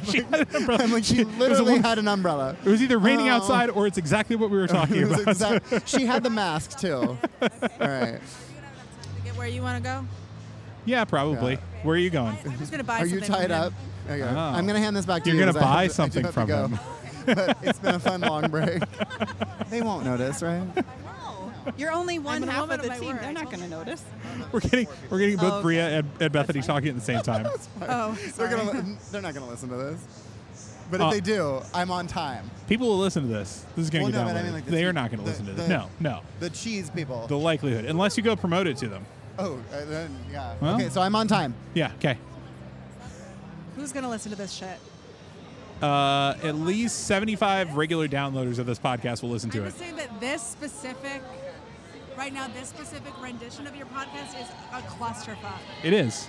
Speaker 3: she had an umbrella.
Speaker 6: I'm like,
Speaker 3: She-
Speaker 6: she
Speaker 3: it was a
Speaker 6: literally
Speaker 3: little-
Speaker 6: had an umbrella.
Speaker 3: It was either raining
Speaker 6: Oh.
Speaker 3: outside or it's exactly what we were talking
Speaker 6: It was
Speaker 3: about.
Speaker 6: exact- she had the mask too. All right.
Speaker 4: Get where you want to go.
Speaker 3: yeah, probably.
Speaker 6: Yeah.
Speaker 3: Where are you going?
Speaker 4: I, I'm just gonna buy.
Speaker 6: Are you
Speaker 4: something from
Speaker 6: tied
Speaker 4: him.
Speaker 6: up? Okay.
Speaker 3: Oh.
Speaker 6: I'm gonna hand this back to
Speaker 3: You're gonna
Speaker 6: you. 'cause I have
Speaker 3: buy
Speaker 6: to- I do
Speaker 3: something
Speaker 6: have to
Speaker 3: from
Speaker 6: go.
Speaker 3: him.
Speaker 6: but it's been a fun long break. they won't notice, right?
Speaker 7: No. You're only one
Speaker 4: a
Speaker 7: half
Speaker 4: woman
Speaker 7: of
Speaker 4: of my
Speaker 7: the team.
Speaker 4: word,
Speaker 7: They're
Speaker 4: I
Speaker 7: not
Speaker 4: told
Speaker 7: going to notice.
Speaker 3: We're getting we're getting both
Speaker 7: Oh, okay.
Speaker 3: Bria and, and Bethany talking at the same time.
Speaker 7: Oh,
Speaker 6: They're
Speaker 7: sorry.
Speaker 6: gonna. li- They're not gonna listen to this. But
Speaker 3: Uh,
Speaker 6: if they do, I'm on time.
Speaker 3: People will listen to this. This is going to
Speaker 6: Well,
Speaker 3: get
Speaker 6: no, but I
Speaker 3: downloaded.
Speaker 6: mean, like, the
Speaker 3: they
Speaker 6: te-
Speaker 3: are not going to
Speaker 6: the-
Speaker 3: listen to this.
Speaker 6: the-
Speaker 3: No, no.
Speaker 6: The cheese people.
Speaker 3: The likelihood, unless you go promote it to them.
Speaker 6: oh, uh, then, yeah.
Speaker 3: Well.
Speaker 6: okay, so I'm on time.
Speaker 3: Yeah. Okay.
Speaker 4: Who's gonna listen to this shit?
Speaker 3: Uh, at least 75 regular downloaders of this podcast will listen to
Speaker 4: I'm
Speaker 3: it.
Speaker 4: just saying that this specific, right now, this specific rendition of your podcast is a clusterfuck.
Speaker 3: It is,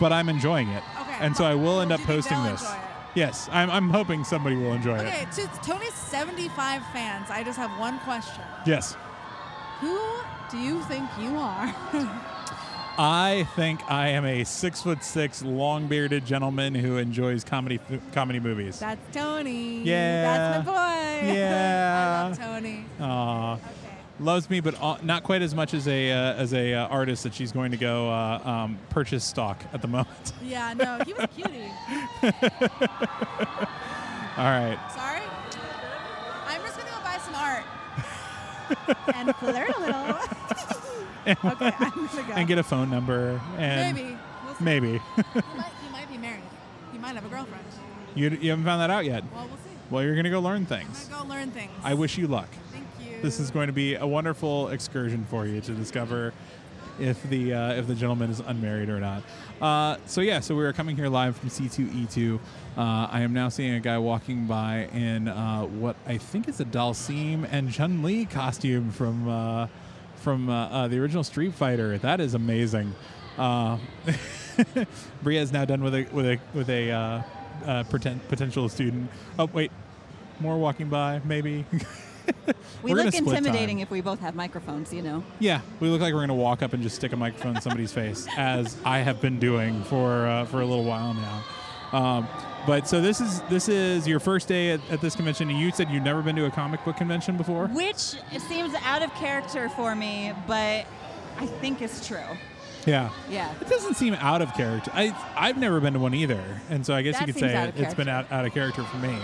Speaker 3: but I'm enjoying it.
Speaker 4: Okay.
Speaker 3: And so I will end
Speaker 4: Do
Speaker 3: up
Speaker 4: you think
Speaker 3: posting
Speaker 4: they'll
Speaker 3: this.
Speaker 4: enjoy it?
Speaker 3: Yes, I'm, I'm hoping somebody will enjoy
Speaker 4: Okay,
Speaker 3: it.
Speaker 4: to Tony's 75 fans, I just have one question.
Speaker 3: Yes.
Speaker 4: Who do you think you are?
Speaker 3: I think I am a six foot six, long bearded gentleman who enjoys comedy comedy movies.
Speaker 4: That's Tony.
Speaker 3: Yeah.
Speaker 4: That's my boy.
Speaker 3: Yeah. Oh.
Speaker 4: I love Tony.
Speaker 3: Aw.
Speaker 4: Okay.
Speaker 3: loves me, but uh, not quite as much as a uh, as a uh, artist that she's going to go uh, um, purchase stock at the moment.
Speaker 4: Yeah, no, he was a cutie.
Speaker 3: All right.
Speaker 4: Sorry? I'm just going to go buy some art.
Speaker 7: and flirt a little.
Speaker 4: Okay, I'm going to go.
Speaker 3: And get a phone number and
Speaker 4: Maybe. We'll see.
Speaker 3: maybe.
Speaker 4: He might, he might be married. He might have a girlfriend.
Speaker 3: you, you haven't found that out yet.
Speaker 4: Well, oh we'll see.
Speaker 3: Well, you're going to go learn
Speaker 4: I'm
Speaker 3: things.
Speaker 4: going to go learn things.
Speaker 3: I wish you luck.
Speaker 4: Thank you.
Speaker 3: This is going to be a wonderful excursion for you to discover if the uh, if the gentleman is unmarried or not. Uh, so yeah, so we are coming here live from C2E2. Uh, I am now seeing a guy walking by in uh, what I think is a Dalsim and Chun Li costume from uh, from uh, uh, the original Street Fighter. That is amazing. Uh, Bria is now done with a with a with a uh, uh, pretend, potential student. Oh wait, more walking by maybe.
Speaker 7: We
Speaker 3: We're gonna
Speaker 7: look
Speaker 3: split
Speaker 7: intimidating
Speaker 3: time.
Speaker 7: if we both have microphones, you know.
Speaker 3: Yeah, we look like we're gonna walk up and just stick a microphone in somebody's face, as I have been doing for uh, for a little while now. Um, but so this is this is your first day at, at this convention, and you said you've never been to a comic book convention before.
Speaker 7: Which seems out of character for me, but I think is true.
Speaker 3: Yeah,
Speaker 7: Yeah.
Speaker 3: It doesn't seem out of character. I I've never been to one either, and so I guess
Speaker 7: That
Speaker 3: you could
Speaker 7: seems
Speaker 3: say
Speaker 7: out
Speaker 3: it,
Speaker 7: of
Speaker 3: it's been out,
Speaker 7: character.
Speaker 3: out of character for me.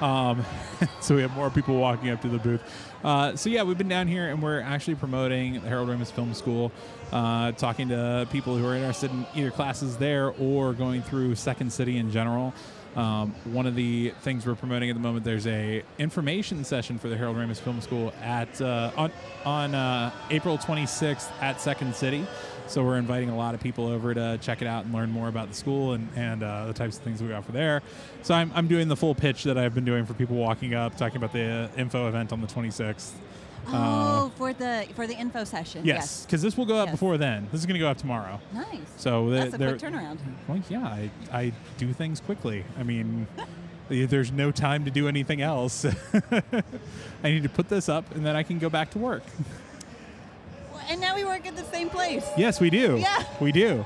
Speaker 3: Um, so we have more people walking up to the booth. Uh, so yeah, we've been down here and we're actually promoting the Harold Ramis Film School, uh, talking to people who are interested in either classes there or going through Second City in general. Um, one of the things we're promoting at the moment, there's a information session for the Harold Ramis Film School at uh, on on uh, April 26th at Second City. So we're inviting a lot of people over to check it out and learn more about the school and, and uh, the types of things we offer there. So I'm, I'm doing the full pitch that I've been doing for people walking up, talking about the uh, info event on the 26th.
Speaker 7: Oh, for the for the info session.
Speaker 3: Uh, Yes, because this will go up
Speaker 7: Yes.
Speaker 3: before then. This is going to go up tomorrow.
Speaker 7: Nice.
Speaker 3: So they-
Speaker 7: That's a
Speaker 3: they're,
Speaker 7: quick turnaround.
Speaker 3: Well, yeah, I, I do things quickly. I mean, there's no time to do anything else. I need to put this up and then I can go back to work.
Speaker 7: Well, and now we work at the same place.
Speaker 3: Yes, we do.
Speaker 7: Yeah.
Speaker 3: We do.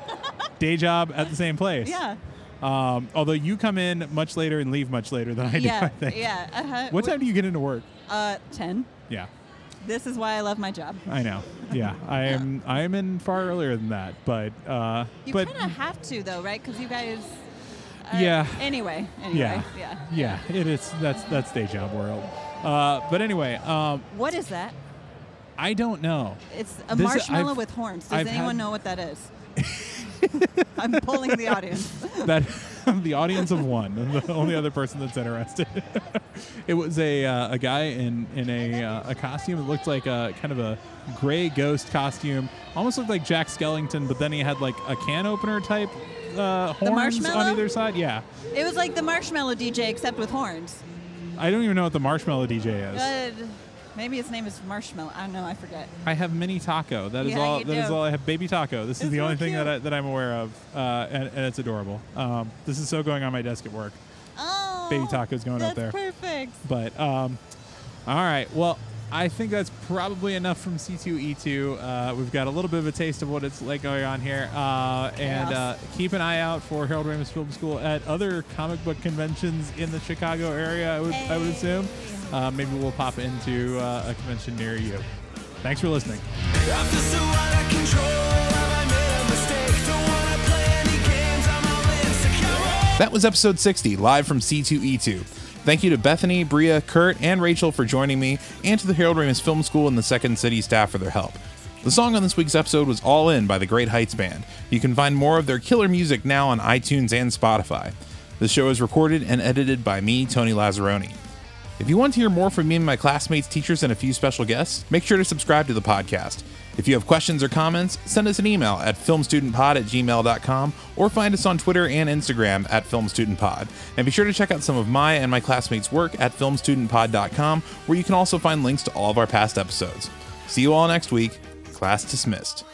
Speaker 3: Day job at the same place.
Speaker 7: Yeah.
Speaker 3: Um, although you come in much later and leave much later than I do, I
Speaker 7: yeah.
Speaker 3: think.
Speaker 7: yeah. Uh-huh.
Speaker 3: What
Speaker 7: We-
Speaker 3: time do you get into work?
Speaker 7: Uh, ten.
Speaker 3: Yeah,
Speaker 7: This is why I love my job.
Speaker 3: I know. Yeah, I am. I am in far earlier than that, but uh,
Speaker 7: You
Speaker 3: but
Speaker 7: kind of have to though, right? Because you guys. uh,
Speaker 3: Yeah.
Speaker 7: Anyway. Anyway.
Speaker 3: yeah,
Speaker 7: yeah.
Speaker 3: yeah. It is. That's that's day job world. Uh, but anyway, um,
Speaker 7: What is that?
Speaker 3: I don't know.
Speaker 7: It's a
Speaker 3: This-
Speaker 7: marshmallow
Speaker 3: I've-
Speaker 7: with horns. Does
Speaker 3: I've had-
Speaker 7: anyone know what that is? I'm polling the audience.
Speaker 3: that the audience of one, the only other person that's interested. it was a uh, a guy in in a uh, a costume that looked like a kind of a gray ghost costume, almost looked like Jack Skellington, but then he had like a can opener type uh, horns on
Speaker 7: marshmallow?
Speaker 3: either side. Yeah,
Speaker 7: It was like the marshmallow DJ except with horns.
Speaker 3: I don't even know what the marshmallow DJ is.
Speaker 7: But maybe his name is Marshmallow. I don't know. I forget.
Speaker 3: I have mini taco. That is
Speaker 7: Yeah,
Speaker 3: all.
Speaker 7: you
Speaker 3: That is
Speaker 7: do.
Speaker 3: all I have. Baby taco. This is
Speaker 7: It's
Speaker 3: the
Speaker 7: so
Speaker 3: only thing that I,
Speaker 7: cute.
Speaker 3: that I'm aware of, uh, and, and it's adorable. Um, this is so going on my desk at work.
Speaker 7: Oh,
Speaker 3: Baby taco's going up
Speaker 7: that's
Speaker 3: there.
Speaker 7: Perfect.
Speaker 3: But um, all right, well, I think that's probably enough from C2E2. Uh, we've got a little bit of a taste of what it's like going on here, uh, and uh,
Speaker 7: Chaos.
Speaker 3: keep an eye out for Harold Ramis Film School at other comic book conventions in the Chicago area. I would, I would assume. Uh, maybe we'll pop into uh, a convention near you. Thanks for listening.
Speaker 8: I'm just so out of control. Have I made a mistake? Don't wanna play any games. I'm all insecure.
Speaker 1: That was episode 60, live from C2E2. Thank you to Bethany, Bria, Kurt, and Rachel for joining me, and to the Harold Ramis Film School and the Second City staff for their help. The song on this week's episode was All In by the Great Heights Band. You can find more of their killer music now on iTunes and Spotify. The show is recorded and edited by me, Tony Lazzaroni. If you want to hear more from me and my classmates, teachers, and a few special guests, make sure to subscribe to the podcast. If you have questions or comments, send us an email at filmstudentpod at gmail.com or find us on Twitter and Instagram at filmstudentpod. And be sure to check out some of my and my classmates' work at filmstudentpod.com, where you can also find links to all of our past episodes. See you all next week. Class dismissed.